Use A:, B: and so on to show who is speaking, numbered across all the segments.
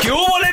A: ¿Qué hubo, le,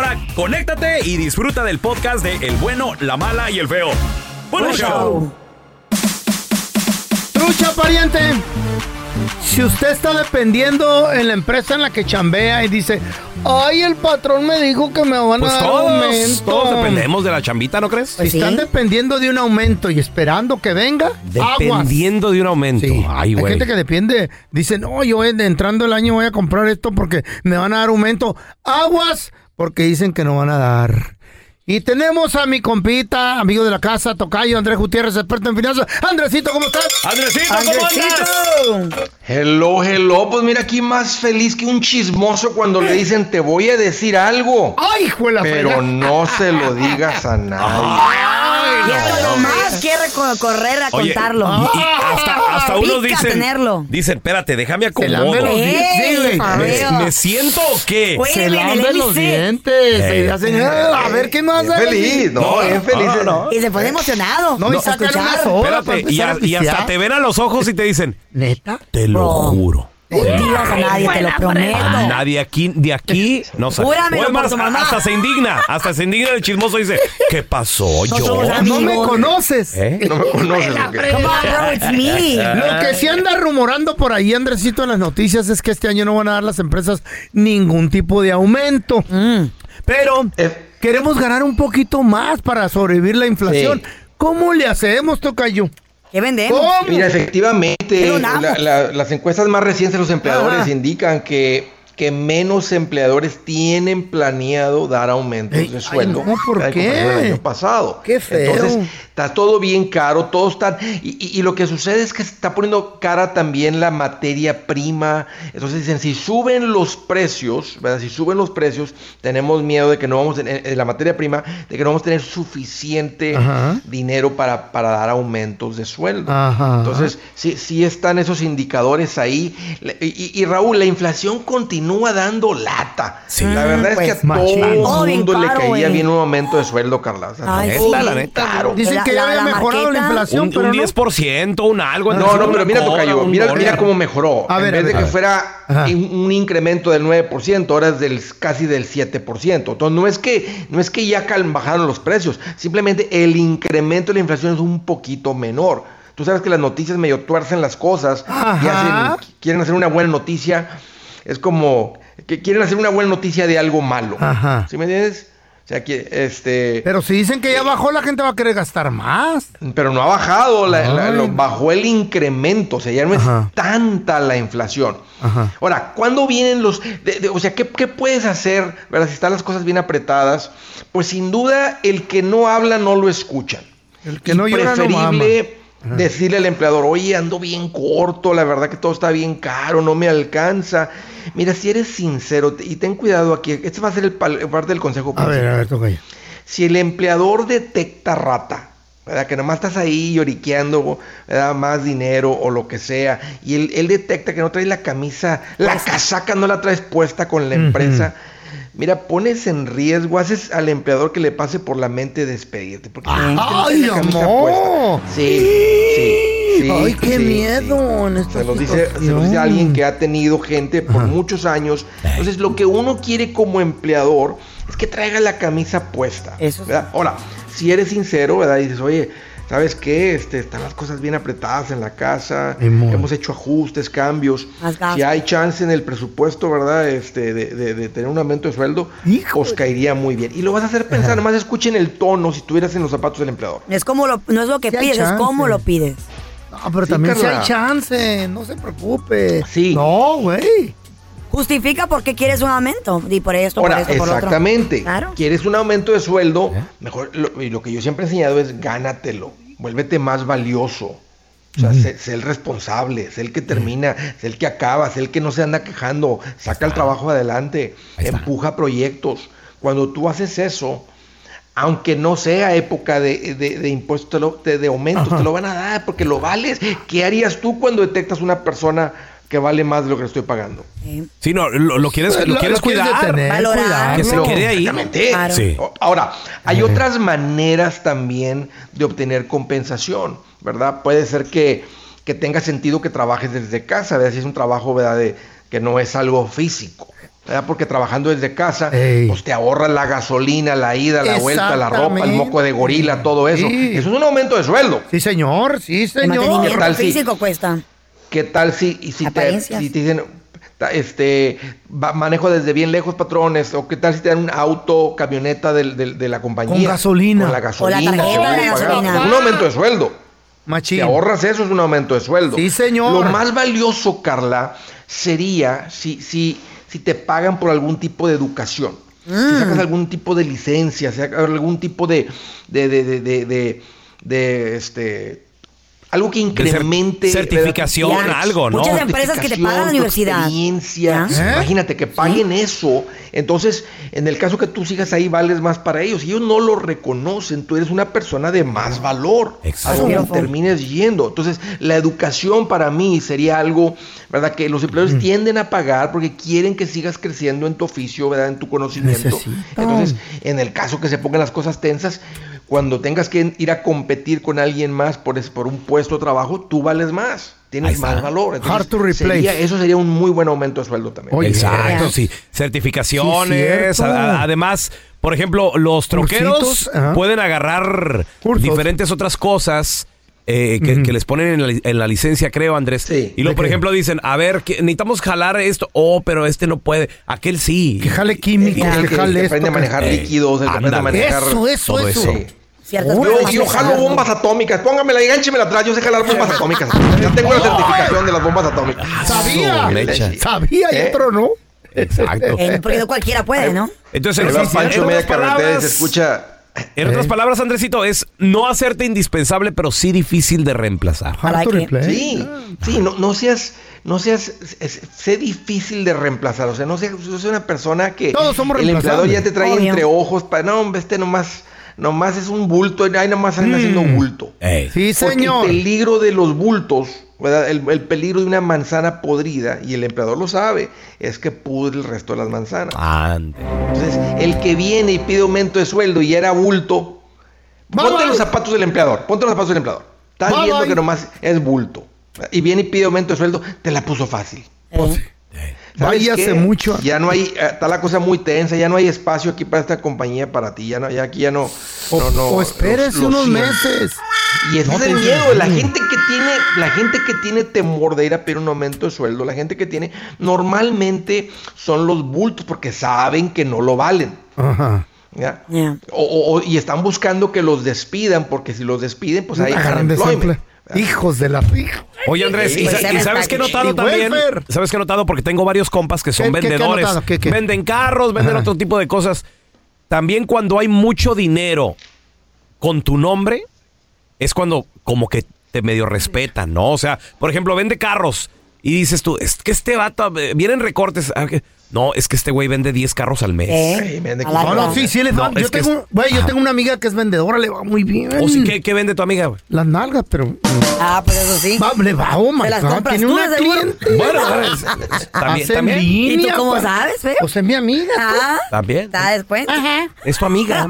A: conéctate y disfruta del podcast de El bueno, la mala y el feo. ¡Buen
B: Buen
A: show!
B: show. Trucha pariente. Si usted está dependiendo en la empresa en la que chambea y dice, ay, el patrón me dijo que me van
A: Pues
B: a dar
A: todos,
B: aumento.
A: todos dependemos de la chambita, ¿no crees?
B: Si están dependiendo de un aumento y esperando que venga, aguas.
A: Dependiendo de un aumento.
B: Sí.
A: Ay,
B: Hay
A: güey.
B: gente que depende, dice, no, yo en- entrando el año voy a comprar esto porque me van a dar aumento. Aguas, porque dicen que no van a dar. Y tenemos a mi compita, amigo de la casa, Tocayo, Andrés Gutiérrez, experto en finanzas. Andresito, ¿cómo estás?
A: Andresito, ¿cómo andas?
C: Hello, hello, pues mira aquí más feliz que un chismoso cuando le dicen te voy a decir algo,
B: ¡Ay, hijo de la
C: pero
B: fregada!
C: no se lo digas a nadie.
D: Y esto nomás quiere co- correr a
A: Oye,
D: contarlo.
A: Y hasta, hasta unos
D: Pica
A: dicen.
D: tenerlo.
A: Dicen, espérate, déjame
B: Se la
A: acomodo.
B: los
D: Ey,
B: dientes, sí, güey.
D: pa' ver.
A: ¿Me, me siento o qué?
D: Güey,
B: Se
D: en el
B: lamen los
D: hélice.
B: dientes.
A: Ey.
B: y hacen, "Ah, a ver, ¿qué más
C: Bien feliz, no, bien feliz. eh,
D: Y se pone emocionado.
B: No, y
D: Por
B: sacan
D: escuchar.
B: unas horas para
A: Espérate, y,
B: empezar
A: a-
B: a
A: y hasta
B: pistear.
A: te ven a los ojos y te dicen,
B: ¿Neta?
A: te lo
D: Bro.
A: juro.
D: No digas a nadie, te lo
A: A
D: prometo.
A: nadie aquí, de aquí, no sabe.
D: Júramelo
A: O es
D: por
A: más,
D: tu mamá.
A: hasta se indigna, hasta se indigna el chismoso y dice, ¿qué pasó
D: No
A: yo?
D: somos
B: No me
D: Amigos.
B: conoces.
A: ¿Eh?
C: No me conoces. ¿o qué?
D: Come on, bro, it's me.
B: Lo que sí anda rumorando por ahí, Andresito, en las noticias es que este año no van a dar las empresas ningún tipo de aumento.
D: Mm.
B: Pero
C: Eh,
B: queremos ganar un poquito más para sobrevivir la inflación.
C: Sí.
B: ¿Cómo le hacemos, Tocayo?
D: ¿Qué vendemos?
B: ¿Cómo?
C: Mira, efectivamente,
D: Pero nada.
C: la- la- las encuestas más recientes de los empleadores
B: Ajá.
C: indican que, que menos empleadores tienen planeado dar aumentos
B: Ey, ay,
C: de sueldo.
B: no, ¿por
C: al
B: qué?
C: comparación del año pasado.
B: Qué feo.
C: Entonces, está todo bien caro, todo está... Y, y- y lo que sucede es que se está poniendo cara también la materia prima. Entonces dicen, si suben los precios, ¿verdad? Si suben los precios, tenemos miedo de que no vamos a tener, eh, la materia prima, de que no vamos a tener suficiente
B: Ajá.
C: dinero para, para dar aumentos de sueldo.
B: Ajá.
C: Entonces, sí, sí están esos indicadores ahí. La- Y, y- y, Raúl, la inflación continúa dando lata.
A: Sí.
C: La verdad
D: Pues,
C: es que a
B: machín.
D: Todo
C: todo el
D: bien
C: mundo le
D: caro,
C: caía
D: güey.
C: bien un aumento de sueldo, Carla. O sea,
D: Ay,
A: Neta,
D: sí.
A: la neta.
C: Claro.
B: Dicen
D: La-
B: que ya
D: la-
B: había
D: la
B: mejorado la
D: marqueta.
A: Un,
B: inflación,
A: un
B: pero no.
A: 10%, un algo.
C: No, no, pero mira,
A: una cola,
C: Tocayo,
A: un
C: mira,
A: dólar.
C: mira cómo mejoró.
B: A ver,
C: en
B: a
C: vez de
B: ver.
C: que fuera
B: Ajá.
C: in- un incremento del 9%, ahora es del, casi del 7%. Entonces, no es que, no es que ya cal- bajaron los precios, simplemente el incremento de la inflación es un poquito menor. Tú sabes que las noticias medio tuercen las cosas y
B: Ajá.
C: hacen- quieren hacer una buena noticia. Es como que quieren hacer una buena noticia de algo malo.
B: Ajá.
C: ¿Sí me entiendes? O sea, que este.
B: Pero si dicen que ya bajó, la gente va a querer gastar más.
C: Pero no ha bajado, la- la-
B: Ay.
C: lo- bajó el incremento, o sea, ya no es
B: Ajá.
C: tanta la inflación.
B: Ajá.
C: Ahora, ¿cuándo vienen los...? de- de- o sea, ¿qué, qué puedes hacer, verdad? Si están las cosas bien apretadas, pues sin duda el que no habla no lo escuchan.
B: El que no
C: Y
B: llora no mama.
C: preferible decirle al empleador, oye, ando bien corto, la verdad que todo está bien caro, no me alcanza. Mira, si eres sincero, te- y ten cuidado aquí, este va a ser el pal- parte del consejo
B: A ver,
C: principal.
B: a ver, Tocayo.
C: Si el empleador detecta rata, ¿verdad? Que nomás estás ahí lloriqueando, ¿verdad? Más dinero o lo que sea. Y él, él detecta que no traes la camisa, la casaca no la traes puesta con la empresa. mira, pones en riesgo, haces al empleador que le pase por la mente despedirte. Porque
B: ¡Ay,
C: la camisa
B: amor!
C: puesta. Sí, sí, sí,
B: ¡Ay, qué
C: sí,
B: miedo!
C: sí.
B: En esta
C: Se los, dice, se los dice
B: situación.
C: alguien que ha tenido gente por muchos años. Entonces, lo que uno quiere como empleador es que traiga la camisa puesta.
D: Eso sí.
C: ¿verdad? Ahora, si eres sincero, ¿verdad? Y dices, oye, ¿sabes qué? Este, están las cosas bien apretadas en la casa.
B: Ni modo.
C: Hemos hecho ajustes, cambios.
D: Más
B: Ah,
D: gastos.
C: Si hay chance en el presupuesto, ¿verdad? Este, de, de- de tener un aumento de sueldo,
B: Híjole.
C: os caería muy bien. Y lo vas a hacer pensar, nomás escuchen el tono si estuvieras en los zapatos del empleador.
D: Es como lo, no es lo que
B: Sí hay
D: pides, es
B: chance.
D: cómo lo pides.
B: No, pero
C: Sí,
B: también si
C: Carla.
B: hay chance, no se preocupe.
C: Sí.
B: Eh, No, güey.
D: Justifica por qué quieres un aumento. Y por esto,
C: Ahora,
D: por esto, por otro.
C: exactamente.
D: Claro.
C: Quieres un aumento de sueldo, mejor lo, y lo que yo siempre he enseñado es gánatelo, vuélvete más valioso. O sea, sé, sé el responsable, sé el que termina, sé el que acaba, sé el que no se anda quejando, saca el trabajo adelante, empuja proyectos. Cuando tú haces eso, aunque no sea época de, de- de impuestos, te lo- te- de aumentos, te lo van a dar porque lo vales. ¿Qué harías tú cuando detectas una persona que vale más de lo que le estoy pagando?
D: Sí.
A: Sí, no, lo, lo quieres, lo, quieres cuidar.
B: detener,
D: valorar.
A: que se
B: cuidarlo.
A: quede ahí.
C: Exactamente.
D: Claro.
A: Sí.
C: O- Ahora, hay otras maneras también de obtener compensación, ¿verdad? Puede ser que, que tenga sentido que trabajes desde casa, ¿verdad? Si es un trabajo, ¿verdad? De, que no es algo físico. ¿verdad? Porque trabajando desde casa,
B: Ey.
C: pues te ahorras la gasolina, la ida, la vuelta, la ropa, el
B: Exactamente.
C: moco de gorila, todo eso.
B: Sí.
C: Eso es un aumento de sueldo.
B: Sí, señor, sí,
D: El
B: señor.
C: ¿Qué
D: mantenimiento
C: tal si-
D: físico cuesta.
C: ¿Qué tal si, y si, te,
D: Apariencias.
C: si te dicen, ta- este, va- manejo desde bien lejos patrones? ¿O qué tal si te dan un auto, camioneta del- del- de la compañía?
B: Con gasolina.
C: Con la gasolina.
D: tarjeta
C: que
D: de
C: van a pagar.
D: gasolina.
C: Un aumento de sueldo.
B: Machín.
C: Te ahorras eso, es un aumento de sueldo.
B: Sí, señor.
C: Lo más valioso, Carla, sería si, si, si te pagan por algún tipo de educación.
D: Mm.
C: Si sacas algún tipo de licencia, si sacas algún tipo de. de, de, de, de, de- de, este. Algo que incremente.
A: cer- certificación,
C: ¿verdad? Tu-
A: algo, ¿no?
D: Muchas empresas que te pagan la
C: tu
D: universidad.
C: experiencia.
B: ¿Ya? ¿Eh?
C: Imagínate que paguen eso. Entonces, en el caso que tú sigas ahí, vales más para ellos. Ellos no lo reconocen. Tú eres una persona de más valor.
A: Exacto.
C: A donde
D: Beautiful.
C: termines yendo. Entonces, la educación para mí sería algo, ¿verdad? Que los
A: Mm.
C: empleadores tienden a pagar porque quieren que sigas creciendo en tu oficio, ¿verdad? En tu conocimiento.
B: Necesitan.
C: Entonces, en el caso que se pongan las cosas tensas, cuando tengas que ir a competir con alguien más por, es- por un puesto de trabajo, tú vales más.
A: Ahí
C: Tienes
A: está.
C: más valor.
B: Hard to replace.
C: sería- eso sería un muy buen aumento de sueldo también.
B: Oye,
A: Exacto,
D: Yeah.
A: sí. Certificaciones.
B: Sí, cierto.
A: a- a- además, por ejemplo, los troqueros
B: Cursitos, ajá.
A: pueden agarrar
B: Cursos.
A: diferentes otras cosas. eh, que, que les ponen en la, li- en la licencia, creo, Andrés.
C: Sí.
A: Y luego,
B: ¿De
A: por
B: qué?
A: ejemplo, dicen, a ver, que necesitamos jalar esto. Oh, pero este no puede. Aquel sí. Eh,
B: Que jale químicos,
C: El
B: que
C: que,
B: jale
C: el que
B: esto.
C: aprende a
B: que- Eh,
C: manejar
A: Ey,
C: líquidos, el que aprende a
A: ándale.
C: manejar...
B: Eso, eso,
A: todo
B: eso.
A: eso.
C: Sí.
D: Ciertas
B: Yo-
C: Yo,
D: personas
C: yo
D: que
C: jalo
D: pagan.
C: bombas atómicas. Póngamela, enganchemela atrás. Yo sé jalar bombas atómicas. Ya tengo la certificación de las bombas atómicas.
B: Ah. Sabía,
A: Su mecha.
B: sabía y
C: ¿Eh?
B: otro no.
A: Exacto.
D: Eh, porque no cualquiera puede, ¿no?
A: Entonces,
C: Se
A: en
C: va
A: otras- en
C: Pancho
A: otras
C: media carretera y se
A: palabras-
C: escucha...
A: En otras palabras, Andresito, es no hacerte indispensable, pero sí difícil de reemplazar.
D: I
B: Hard
D: like
B: to
D: it.
B: replace.
C: Sí, sí, no, no seas, no seas, es- es- sé difícil de reemplazar, o sea, no seas, no seas una persona que
B: Todos somos
C: el empleador ya te trae
D: Obvio.
C: entre ojos, para, no, hombre, este nomás, nomás es un bulto, ahí nomás andan haciendo bulto.
A: Ey.
B: Sí,
C: Porque
B: señor.
C: El peligro de los bultos, ¿verdad? El, el peligro de una manzana podrida, y el empleador lo sabe, es que pudre el resto de las manzanas.
A: Ande.
C: Entonces, el que viene y pide aumento de sueldo y era bulto,
B: Bye,
C: ponte
B: bye.
C: los zapatos del empleador, ponte los zapatos del empleador. Estás
B: Bye,
C: viendo
B: bye.
C: que nomás es bulto. Y viene y pide aumento de sueldo, te la puso fácil.
D: Eh,
C: ¿Sabes
B: Váyase
C: qué?
B: mucho.
C: Ya no hay, eh, está la cosa muy tensa, ya no hay espacio aquí para esta compañía para ti, ya no, ya aquí ya no.
B: O,
C: no, no,
B: o espérese
C: lo- lo
B: unos
C: siento.
B: meses.
C: Y ese
B: No
C: es
B: te
C: el miedo, la
B: entiendo.
C: gente que tiene, la gente que tiene temor de ir a pedir un aumento de sueldo, la gente que tiene, normalmente son los bultos porque saben que no lo valen.
B: Ajá.
C: ¿ya?
D: Ya.
C: O- o- o- y están buscando que los despidan, porque si los despiden, pues hay
B: Agarran
C: unemployment,
B: desempleo.
C: ¿verdad?
B: Hijos de la fija.
A: Oye Andrés,
D: Sí,
A: y,
D: pues,
A: sa- y
D: eres
A: sabes que he
D: paquete.
A: notado
B: Y
A: también,
B: welfare.
A: sabes que he notado porque tengo varios compas que son
B: ¿Qué- qué- qué he
A: vendedores,
B: notado? ¿Qué- qué?
A: venden carros, venden
B: Ajá.
A: otro tipo de cosas. También cuando hay mucho dinero con tu nombre es cuando como que te medio respetan, ¿no? O sea, por ejemplo, vende carros y dices tú, es que este vato eh, vienen recortes, ah, que- No, es que este güey vende 10 carros al mes.
D: ¿Eh?
C: Sí, me han de-
D: A la
B: No, no, sí, sí, les va.
A: No,
B: yo,
A: es que
B: tengo,
A: es-
B: güey, yo
A: Ajá.
B: tengo una amiga que es vendedora, le va muy bien.
A: O sí, ¿qué, qué vende tu amiga, güey?
B: Las nalgas, pero.
D: Oh,
B: mm.
D: Ah, pues eso sí.
B: Va, le va, oh my
D: ¿Te las
B: God,
D: compras
B: Tiene
D: tú,
B: una
D: de seguro?
B: cliente.
A: Bueno, pues, es- es-
D: Ah,
A: también,
B: Hace
A: también.
D: pues, ¿Y tú
B: línea,
D: cómo
B: pa-
D: sabes, feo?
B: Pues es mi amiga.
D: Ah,
A: También.
D: ¿te das cuenta?
A: Es tu amiga.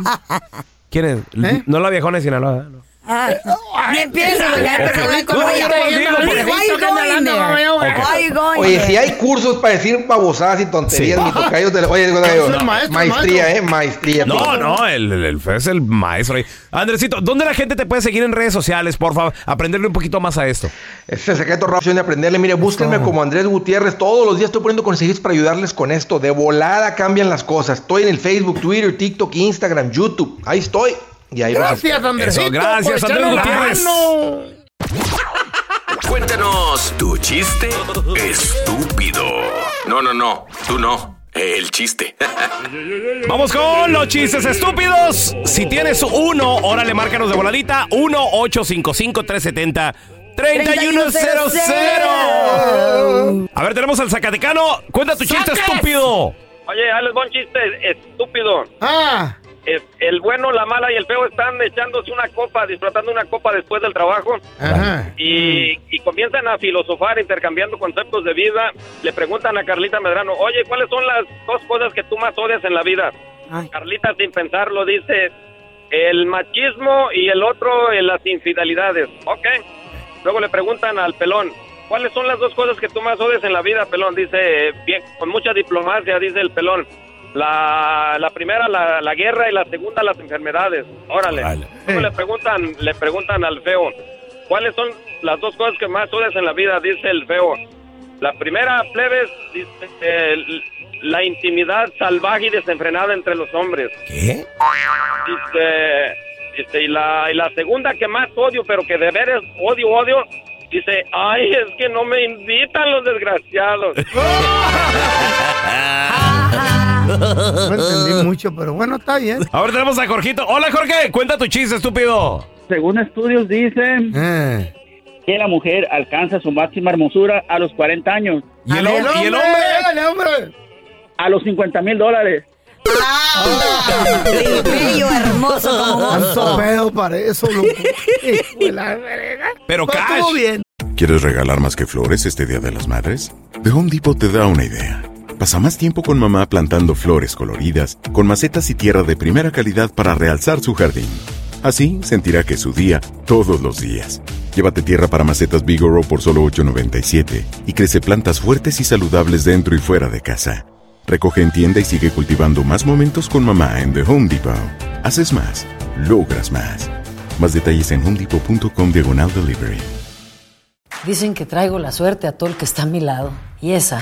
A: ¿Quién es?
B: ¿Eh?
A: No la viejona de Sinaloa. ¿no?
D: Ah, no empieces a llegar personal con
B: No,
D: ella.
B: yo te digo,
D: Why
B: porque
D: you
B: visto que anda
D: going
B: hablando,
D: there?
B: no veo,
D: Why you going
C: Oye,
D: there?
C: si hay cursos para decir babosadas y tonterías,
A: Sí.
C: ni tocayos de la... Oye, digo, digo,
B: Es el maestro, el
C: maestría,
B: maestro.
C: ¿eh? Maestría.
A: No,
C: por-
A: no, el, el- el- es el maestro. ahí. Andresito, ¿dónde la gente te puede seguir en redes sociales, por favor? Aprenderle un poquito más a esto.
C: Ese es el secreto rápido de aprenderle. Mire, búsquenme como Andrés Gutiérrez. Todos los días estoy poniendo consejos para ayudarles con esto. De volada cambian las cosas. Estoy en el Facebook, Twitter, TikTok, Instagram, YouTube. Ahí estoy. Y ahí los-
B: Gracias, Andresito.
A: Eso, gracias,
B: por
A: Andrés
B: echarnos la
A: Gutiérrez.
B: mano.
E: Cuéntanos tu chiste estúpido. No, no, no. Tú no. eh, El chiste.
A: Vamos con los chistes estúpidos. Si tienes uno, órale, márcanos de voladita. 1-855-370-3100. A ver, tenemos al Zacatecano. Cuenta tu chiste
B: ¡Sacas!
A: estúpido.
F: Oye, ahí les va un chiste estúpido.
B: Ah,
F: Es- El bueno, la mala y el feo están echándose una copa, disfrutando una copa después del trabajo
B: ajá.
F: y, y comienzan a filosofar, intercambiando conceptos de vida. Le preguntan a Carlita Medrano, oye, ¿cuáles son las dos cosas que tú más odias en la vida?
D: Ay.
F: Carlita, sin pensarlo, dice, el machismo y el otro, eh, las infidelidades. Ok. Luego le preguntan al pelón, ¿cuáles son las dos cosas que tú más odias en la vida, pelón? Dice, eh, bien, con mucha diplomacia, dice el pelón. La, la primera, la, la guerra, y la segunda, las enfermedades. Órale.
A: Órale.
F: Luego le preguntan, le preguntan al feo, ¿cuáles son las dos cosas que más odias en la vida? Dice el feo. La primera, plebes, dice, eh, l- la intimidad salvaje y desenfrenada entre los hombres.
A: ¿Qué?
F: Dice, dice, y, la, y la segunda que más odio, pero que de veras odio, odio, dice, ay, es que no me invitan los desgraciados.
B: No entendí mucho, pero bueno, está bien.
A: A ver, tenemos a Jorgito. Hola, Jorge. Cuenta tu chiste estúpido.
G: Según estudios dicen
B: Eh.
G: que la mujer alcanza su máxima hermosura a los 40 años,
A: ¿Y el,
B: ¡Dale,
A: hom- y el hombre?
B: dale, hombre!
G: a los 50 mil dólares.
D: Ah, bello, hermoso como vos.
B: Tanto feo para eso, loco. Hijo de la verga.
A: Pero
B: Pero
A: cash.
B: estuvo bien.
H: ¿Quieres regalar más que flores este Día de las Madres? The Home Depot te da una idea. Pasa más tiempo con mamá plantando flores coloridas, con macetas y tierra de primera calidad para realzar su jardín. Así sentirá que es su día todos los días. Llévate tierra para macetas Bigoro por solo $8.97 y crece plantas fuertes y saludables dentro y fuera de casa. Recoge en tienda y sigue cultivando más momentos con mamá en The Home Depot. Haces más, logras más. Más detalles en homedepot.com diagonal delivery.
I: Dicen que traigo la suerte a todo el que está a mi lado. Y esa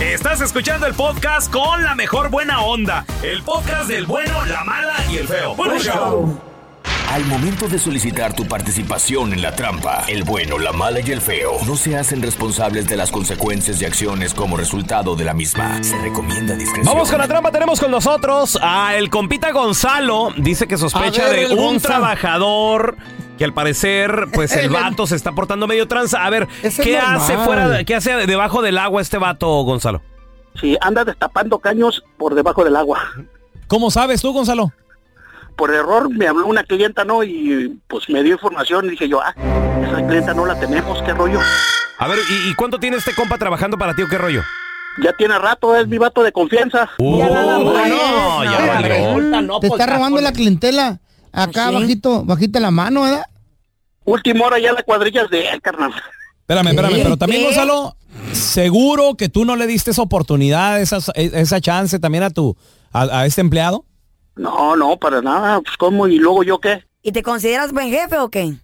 A: Estás escuchando el podcast con la mejor buena onda. El podcast del bueno, la mala y el feo. Bueno, show.
E: Al momento de solicitar tu participación en la trampa, el bueno, la mala y el feo no se hacen responsables de las consecuencias y acciones como resultado de la misma. Se recomienda discreción.
A: Vamos con la trampa, tenemos con nosotros a el compita Gonzalo. Dice que sospecha
B: A ver,
A: de
B: el
A: un
B: Gonzalo.
A: trabajador que al parecer, pues el
B: El-
A: vato se está portando medio tranza. A ver,
B: Ese es
A: ¿qué
B: normal.
A: hace fuera, de- qué hace debajo del agua este vato, Gonzalo?
G: Si anda destapando caños por debajo del agua.
A: ¿Cómo sabes tú, Gonzalo?
G: Por error me habló una clienta, ¿no? Y pues me dio información y dije yo, ah, esa clienta no la tenemos, qué rollo.
A: A ver, ¿y, y cuánto tiene este compa trabajando para ti o qué rollo?
G: Ya tiene rato, es mi vato de confianza.
A: Uy, no, ya valió.
B: Te
D: pues,
B: está robando la clientela. Acá bajito, bajita la mano, ¿verdad?
G: Última hora ya la cuadrilla es de él, carnal.
I: Espérame, espérame, pero también Gonzalo.
A: Seguro que tú no le diste esa oportunidad, esa, esa chance también a tu a, este empleado.
G: No, no, para nada, pues cómo, y luego yo qué.
D: ¿Y te consideras buen jefe o qué?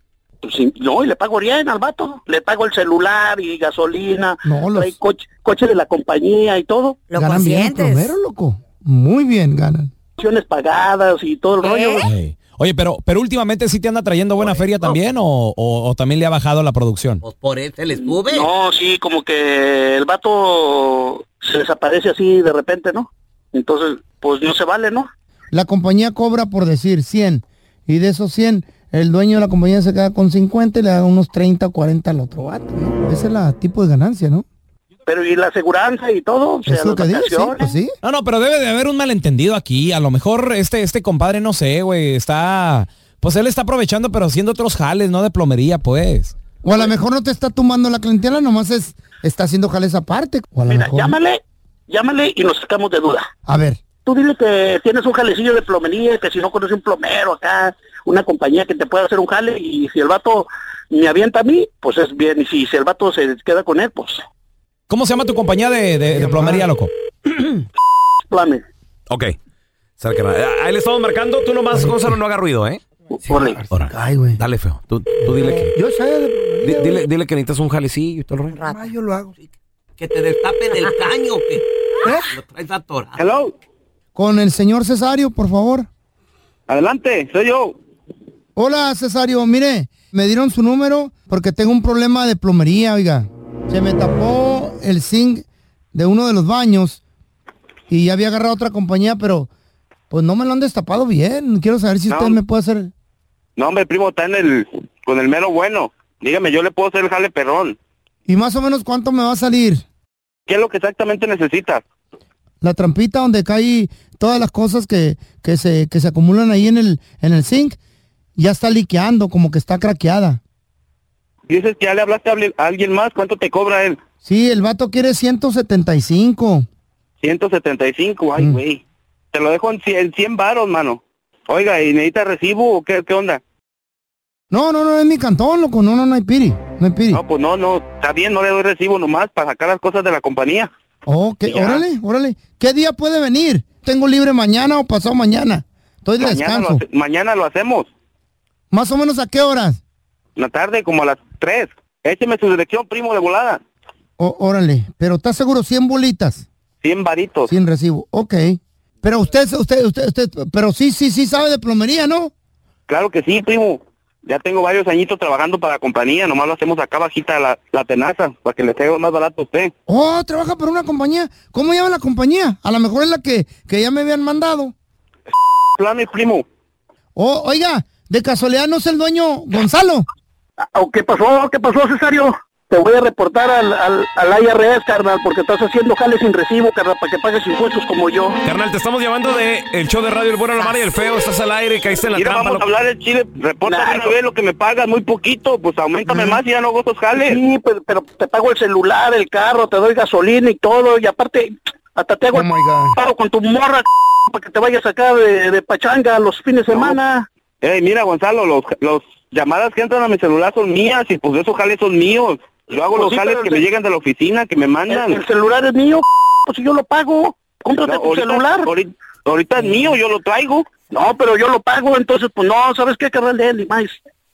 G: Pues, sí, no, y le pago bien al vato. Le pago el celular y gasolina,
B: No, los-
G: trae coche, coche de la compañía y todo.
D: ¿Lo
B: ganan bien los
D: consientes?
B: plomeros, loco. Muy bien ganan.
G: acciones pagadas y todo el
B: ¿Eh?
G: rollo.
J: Ey. Oye, pero, pero últimamente sí te anda trayendo buena feria también o, o- o también le ha bajado la producción.
G: Por este les sube. No, sí, como que el vato se desaparece así de repente, ¿no? Entonces, pues no se vale, ¿no?
B: La compañía cobra por decir 100 y de esos 100 el dueño de la compañía se queda con 50 y le da unos 30 o 40 al otro vato. ¿no? Ese es el tipo de ganancia, ¿no?
G: Pero y la aseguranza y todo, o sea,
B: Es lo que
G: las
B: digo, sí,
G: vacaciones.
B: pues sí.
J: No, no, pero debe de haber un malentendido aquí. A lo mejor este, este compadre, no sé, güey, está... Pues él está aprovechando, pero haciendo otros jales, ¿no? De plomería, pues.
B: O a lo mejor no te está tomando la clientela, nomás es, está haciendo jales aparte. O a lo
G: Mira,
B: mejor-
G: llámale, llámale y nos sacamos de duda.
B: A ver,
G: Tú dile que tienes un jalecillo de plomería, que si no conoces un plomero acá, una compañía que te pueda hacer un jale y si el vato me avienta a mí, pues es bien. Y si, si el vato se queda con él, pues
J: ¿Cómo se llama tu compañía de, de- de plomería, loco?
G: plame.
A: Ok. Sale, carnal. Ah, Ahí le estamos marcando. Tú nomás, Gonzalo, no haga ruido, ¿eh? Ahora. Dale, feo. Tú, tú dile que...
B: Yo sé.
A: di- dile, dile que necesitas un jalecillo y todo el rollo.
B: Ah, yo lo hago.
K: Que te destapen el caño, que lo traes atorado.
G: Hello.
B: Con el señor Cesario, por favor.
G: Adelante, soy yo.
B: Hola, Cesario. Mire, me dieron su número porque tengo un problema de plomería, oiga. Se me tapó el zinc de uno de los baños y ya había agarrado otra compañía, pero pues no me lo han destapado bien. Quiero saber si usted me puede hacer...
L: No, hombre, primo, está en el, con el mero bueno. Dígame, yo le puedo hacer el jale perrón.
B: ¿Y más o menos cuánto me va a salir?
L: ¿Qué es lo que exactamente necesitas?
B: La trampita donde cae todas las cosas que, que se, que se acumulan ahí en el, en el zinc ya está liqueando, como que está craqueada.
L: Dices que ya le hablaste a alguien- a alguien más, ¿cuánto te cobra él?
B: Sí, el vato quiere 175.
L: 175,
B: Mm.
L: ay, güey. Te lo dejo en 100, en 100 varos, mano. Oiga, ¿y necesitas recibo o qué, qué onda?
B: No, no, no, es mi cantón, loco. No, no, no hay piri. No hay piri.
L: No, pues no, no, está bien, no le doy recibo nomás para sacar las cosas de la compañía.
B: Oh, que, órale, órale. ¿Qué día puede venir? Tengo libre mañana o pasado mañana. Estoy de
L: Mañana lo,
B: descanso.
L: hace- mañana lo hacemos,
B: ¿Más o menos a qué horas?
L: en la tarde, como a las 3. Écheme su dirección, primo, de volada.
B: Oh, órale, pero ¿estás seguro? 100 bolitas.
L: 100 varitos.
B: Sin recibo, ok. Pero usted, usted, usted, usted, pero sí, sí, sí sabe de plomería, ¿no?
L: Claro que sí, primo. Ya tengo varios añitos trabajando para la compañía, nomás lo hacemos acá bajita la, la tenaza, para que le salga más barato a usted.
B: Oh, trabaja para una compañía. ¿Cómo llama la compañía? A lo mejor es la que, que ya me habían mandado.
L: Planes, primo.
B: Oh, oiga, de casualidad no es el dueño Gonzalo.
G: Ah, ¿Qué pasó? ¿Qué pasó, Cesario? Te voy a reportar al, al, al IRS, carnal, porque estás haciendo jales sin recibo, carnal, para que pagues impuestos como yo.
A: Carnal, te estamos llamando de el show de radio El Bueno, la Mala y el Feo. Estás al aire, caíste en la
L: Mira,
A: trampa.
L: vamos
A: loco.
L: a hablar de Chile. Repórtame una vez lo que me pagas, muy poquito. Pues aumentame más y ya no hago esos jales.
G: Sí, pero, pero te pago el celular, el carro, te doy gasolina y todo, y aparte hasta te hago el paro con tu morra c- para que te vayas acá de, de pachanga los fines de semana.
L: Ey, mira, Gonzalo, los, los llamadas que entran a mi celular son mías y pues esos jales son míos. Yo hago
G: Pues
L: los
G: sí,
L: jales
G: pero
L: que
G: el-
L: me llegan de la oficina, que me mandan.
G: El, el celular es mío, c- pues yo lo pago. Cómprate
L: No,
G: tu
L: ahorita-
G: celular.
L: Ahorita, es mío, yo lo traigo.
G: No, pero yo lo pago, entonces pues no, ¿sabes qué, carnal de él y más?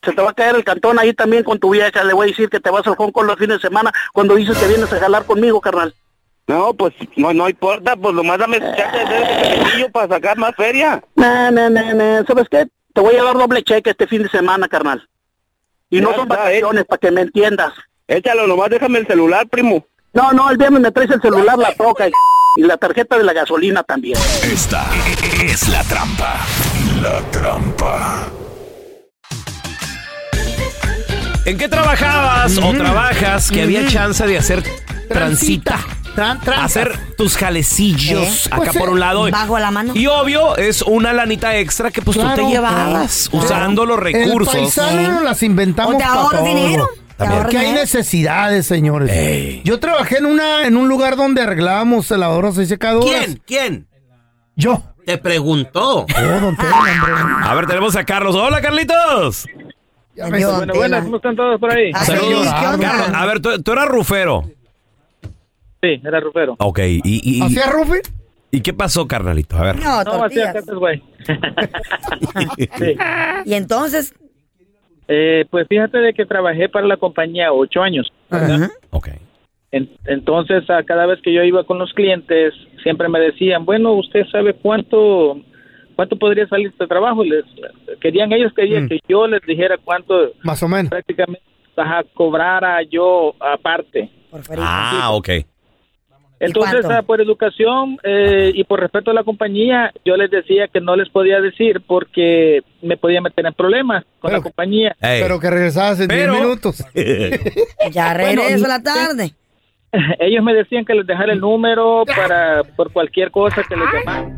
G: Se te va a caer el cantón ahí también con tu vieja, le voy a decir que te vas al con los fines de semana cuando dices que vienes a jalar conmigo, carnal. Ah.
L: No, pues no, no importa, pues nomás dame chance de hacer ese sacrificio para sacar más feria.
G: No, no, no, no, ¿sabes qué? Te voy a dar doble cheque este fin de semana, carnal. Y no son vacaciones, para que me entiendas.
L: Échalo, nomás déjame el celular, primo.
G: No, no, el viernes me traes el celular, la troca y, y la tarjeta de la gasolina también.
E: Esta es la trampa. La trampa.
A: ¿En qué trabajabas o
J: Ujú.
A: trabajas que
J: Ujú.
A: había chance de hacer transita? hacer tus jalecillos
D: ¿Eh?
A: acá
D: Pues,
A: por
D: eh,
A: un lado.
D: bajo la mano.
A: Y obvio, es una lanita extra que pues tú
B: Claro,
A: te llevabas
B: claro.
A: usando los
B: El
A: recursos.
B: paisano nos las inventamos
D: O te
B: pa'
D: ahorras
B: todo.
D: dinero, te También. ahorras
B: Porque hay
D: dinero.
B: necesidades, señores. Yo trabajé en una en un lugar donde arreglábamos lavadoras y secadoras.
K: ¿Quién? ¿Quién?
B: Yo. Oh,
K: Te preguntó.
A: A ver, tenemos a Carlos. Hola, Carlitos.
F: Bueno, buenas, ¿cómo están todos por
D: Ah,
F: ahí? Ah,
A: Saludos. Carlos, a ver, tú, tú eras rufero.
F: Sí, era rufero.
A: Ok, y... y, y-
F: ¿Hacía rufi?
A: ¿Y qué pasó, carnalito? A ver.
D: No, tortillas.
F: hacía cartas, güey. Sí.
D: Y entonces,
F: Eh, pues fíjate de que trabajé para la compañía ocho años. ¿verdad? En- entonces, a cada vez que yo iba con los clientes, siempre me decían, bueno, ¿usted sabe cuánto
M: cuánto podría salir este trabajo. Les, querían ellos querían que yo les dijera cuánto
B: Mm. más o menos
M: prácticamente ajá, cobrara yo aparte.
A: Ah, ok.
M: Entonces,
A: cuánto?
M: ah, por educación eh, y por respeto a la compañía, yo les decía que no les podía decir porque me podía meter en problemas con la compañía.
B: Pero que regresabas en 10 minutos.
D: Ya
M: Bueno,
D: regreso a la tarde.
M: Ellos me decían que les dejara el número para por cualquier cosa que les llamara.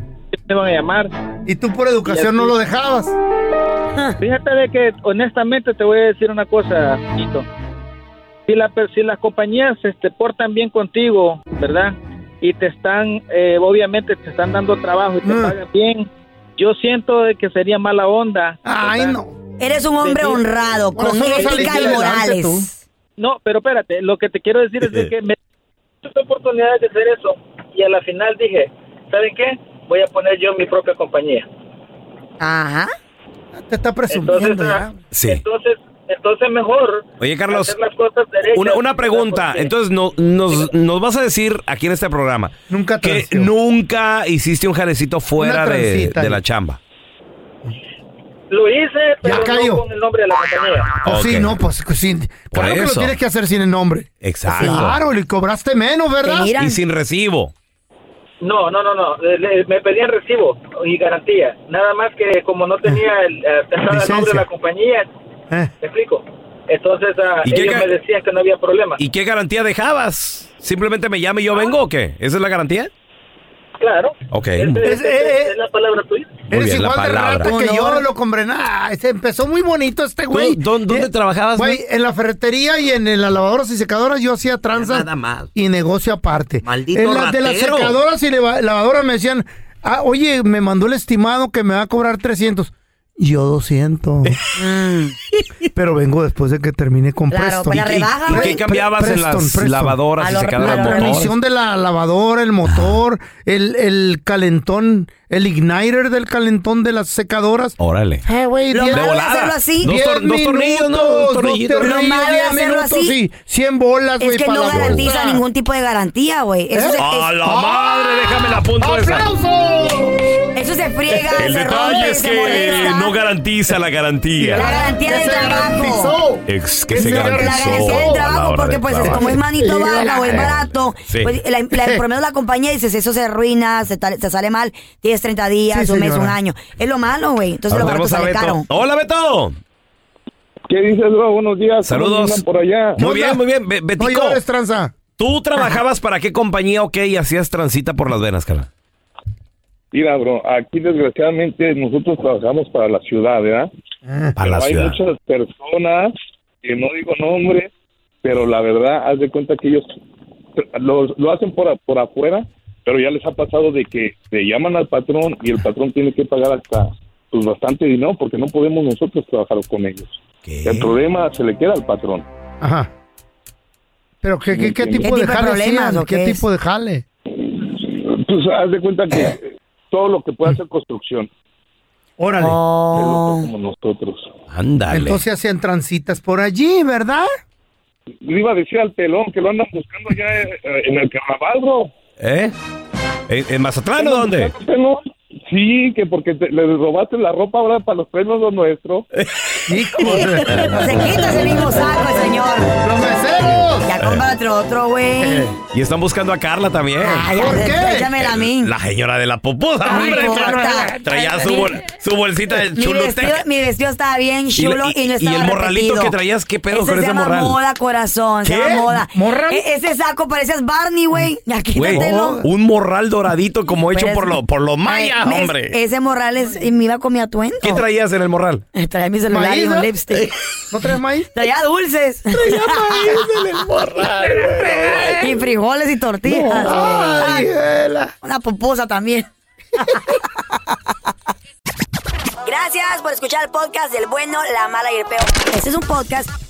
M: Me van a llamar.
B: ¿Y tú por educación no lo dejabas?
M: Fíjate de que honestamente te voy a decir una cosa, Tito. Si, la, per- si las compañías se portan bien contigo, ¿verdad? Y te están, eh, obviamente te están dando trabajo y te
B: Mm.
M: pagan bien, yo siento de que sería mala onda. Ay, no.
D: Eres un hombre honrado,
M: Por
D: con
M: eso no
D: ética
M: saliste
D: y
M: adelante
D: morales.
M: tú. No, pero espérate, lo que te quiero decir es de que me tuve oportunidades de hacer eso y a la final dije, ¿saben qué? Voy a poner yo mi propia compañía.
D: Ajá.
B: Ah, Te está presumiendo ya.
A: Sí.
M: Entonces, entonces mejor
A: Oye, Carlos,
M: hacer las cosas derechas.
A: Una, una pregunta. Entonces, no, nos, nos vas a decir aquí en este programa nunca que nunca hiciste un jalecito fuera
M: Una
A: de,
M: transita.
A: de la chamba.
M: Lo hice, pero
B: Ya cayó.
M: no con el nombre de la compañía.
B: Pues sí,
A: Ok.
B: no, pues que sí.
A: Por
B: Claro que lo
A: eso.
B: tienes que hacer sin el nombre.
A: Exacto.
B: Claro, y cobraste menos, ¿verdad?
A: Y sin recibo.
M: No, no, no, no. le- le- me pedían recibo y garantía. Nada más que como no tenía el, eh, cerrado el nombre de la compañía, ¿me explico? Entonces ah,
A: ¿Y qué
M: ellos
A: ga-
M: me decían que no había problema.
A: ¿Y qué garantía dejabas? ¿Simplemente me llame y
N: Ah.
A: yo vengo o qué? ¿Esa es la garantía?
M: Claro.
A: Ok.
B: Es- es-
M: la palabra tuya.
A: Muy
B: Eres
A: bien, la
B: igual de
A: palabra.
B: rata que yo, lo compré. Nah, se empezó muy bonito este güey. ¿Dónde
A: trabajabas?
B: Güey, en la ferretería y en, en las lavadoras y secadoras yo hacía tranzas y negocio aparte.
K: Maldito
B: En las de las
K: ratero.
B: secadoras y leva- lavadoras me decían, ah, oye, me mandó el estimado que me va a cobrar 300. Yo 200. Pero vengo después de que termine con
D: Claro,
B: Preston.
D: pues la ¿Y- y- rebaja, y qué güey. cambiabas en las
A: lavadoras y A lo- secadoras
B: La
A: de motores?
B: transmisión de la lavadora, el motor, el, el calentón, el igniter del calentón de las secadoras.
A: Órale.
B: Eh, güey,
D: Lo
B: diez-
D: malo de hacerlo así.
A: Dos tor- dos tornillos, ¿no?
B: Dos
A: Un tornillito.
B: tornillos,
D: Lo malo de
B: diez
D: hacerlo
B: minutos,
D: así
B: sí. 100 bolas, güey,
D: Es que
B: pa'
D: no
B: la
D: garantiza
B: boca.
D: ningún tipo de garantía, güey. Eso
B: ¿Eh?
D: se-
B: ¡A
D: es-
B: la madre!
A: Déjame la punto esa.
D: Eso se friega,
A: El
D: se
A: detalle
D: rompe,
A: es
D: se
A: que
D: molesta.
A: no garantiza la garantía.
D: La garantía del trabajo.
A: Ex que
D: Que
A: se
D: se
A: garantizó.
D: garantía del
A: a la
D: trabajo,
A: hora
D: porque
A: de
D: pues
A: trabajar.
D: como es manito
A: Sí,
D: baja o es
A: eh.
D: barato,
A: Sí.
D: pues la, la- por lo menos la compañía dices, eso se arruina, se, tal- se sale mal, tienes 30 días,
A: Sí,
D: un mes,
A: señora.
D: un año. Es lo malo, güey. Entonces lo
A: Ahora
D: barato
A: tenemos a
D: sale
A: Beto.
D: caro.
A: Hola, Beto.
N: ¿Qué dices, bro? Buenos días.
A: Saludos.
N: andan por allá?
A: Muy bien, muy bien. Be- Betico.
N: llores,
A: ¿Tú trabajabas para qué compañía o qué y hacías transita por las venas, cara?
N: Mira, bro, aquí desgraciadamente nosotros trabajamos para la ciudad, ¿verdad?
A: Para la
N: Pero hay
A: ciudad.
N: muchas personas que no digo nombres, pero la verdad, haz de cuenta que ellos lo, lo hacen por, a- por afuera, pero ya les ha pasado de que le llaman al patrón y el patrón tiene que pagar hasta pues bastante dinero porque no podemos nosotros trabajar con ellos. El problema se le queda al patrón.
B: Ajá. ¿Pero qué, qué, qué
N: ¿Qué
B: tipo
N: tipo
B: de
N: de
B: jale
N: problemas
B: hacían?
N: o
B: ¿Qué,
N: qué es?
B: tipo de jale?
N: Pues haz de cuenta que eh, todo lo que pueda hacer construcción.
B: Órale.
N: Es lo que hacemos nosotros.
A: Ándale.
B: Entonces hacían transitas por allí, ¿verdad?
N: Le iba a decir al pelón que lo andan buscando ya eh, en el carnaval, bro.
A: ¿Eh? ¿En, en Mazatlán o dónde?
N: Pelón, Sí, que porque te- le robaste la ropa ahora para los premios los nuestros.
D: Se quita ese mismo saco, el señor.
B: ¡Los meseros!
D: Ya cómprate otro, güey.
A: Y están buscando a Carla también.
D: Ay, ya, échamela a mí.
A: La señora de la popuda,
D: Ay,
A: hombre.
D: corta.
A: Traía su, bol- su bolsita de
D: Mi vestido,
A: chulotec.
D: mi vestido estaba bien chulo y,
A: y-
D: no
A: y
D: estaba
A: el morralito
D: repetido.
A: que traías, ¿qué pedo
D: Ese
A: con
D: se
A: ese
D: llama
A: morral?
D: moda, corazón, se
A: ¿Qué?
D: llama moda.
A: ¿Morral? Mm,
D: E- ese saco parecías Barney, güey. Ya
A: Güey,
D: quítatelo.
A: un morral doradito como hecho
D: Pero
A: por,
D: es-
A: lo, por los mayas,
D: Ay,
A: hombre.
D: es- ese morral es, y me iba con mi atuendo. Eh,
A: ¿Qué traías en el morral?
D: Traía mi celular
A: ¿Maíz,
D: y
A: no?
D: un lipstick.
B: ¿No traes maíz?
D: Traía dulces. Traía maíz en el morral. y frijoles y tortillas. Ay, una pupusa también. Gracias por escuchar el podcast del bueno, la mala y el peor. Este es un podcast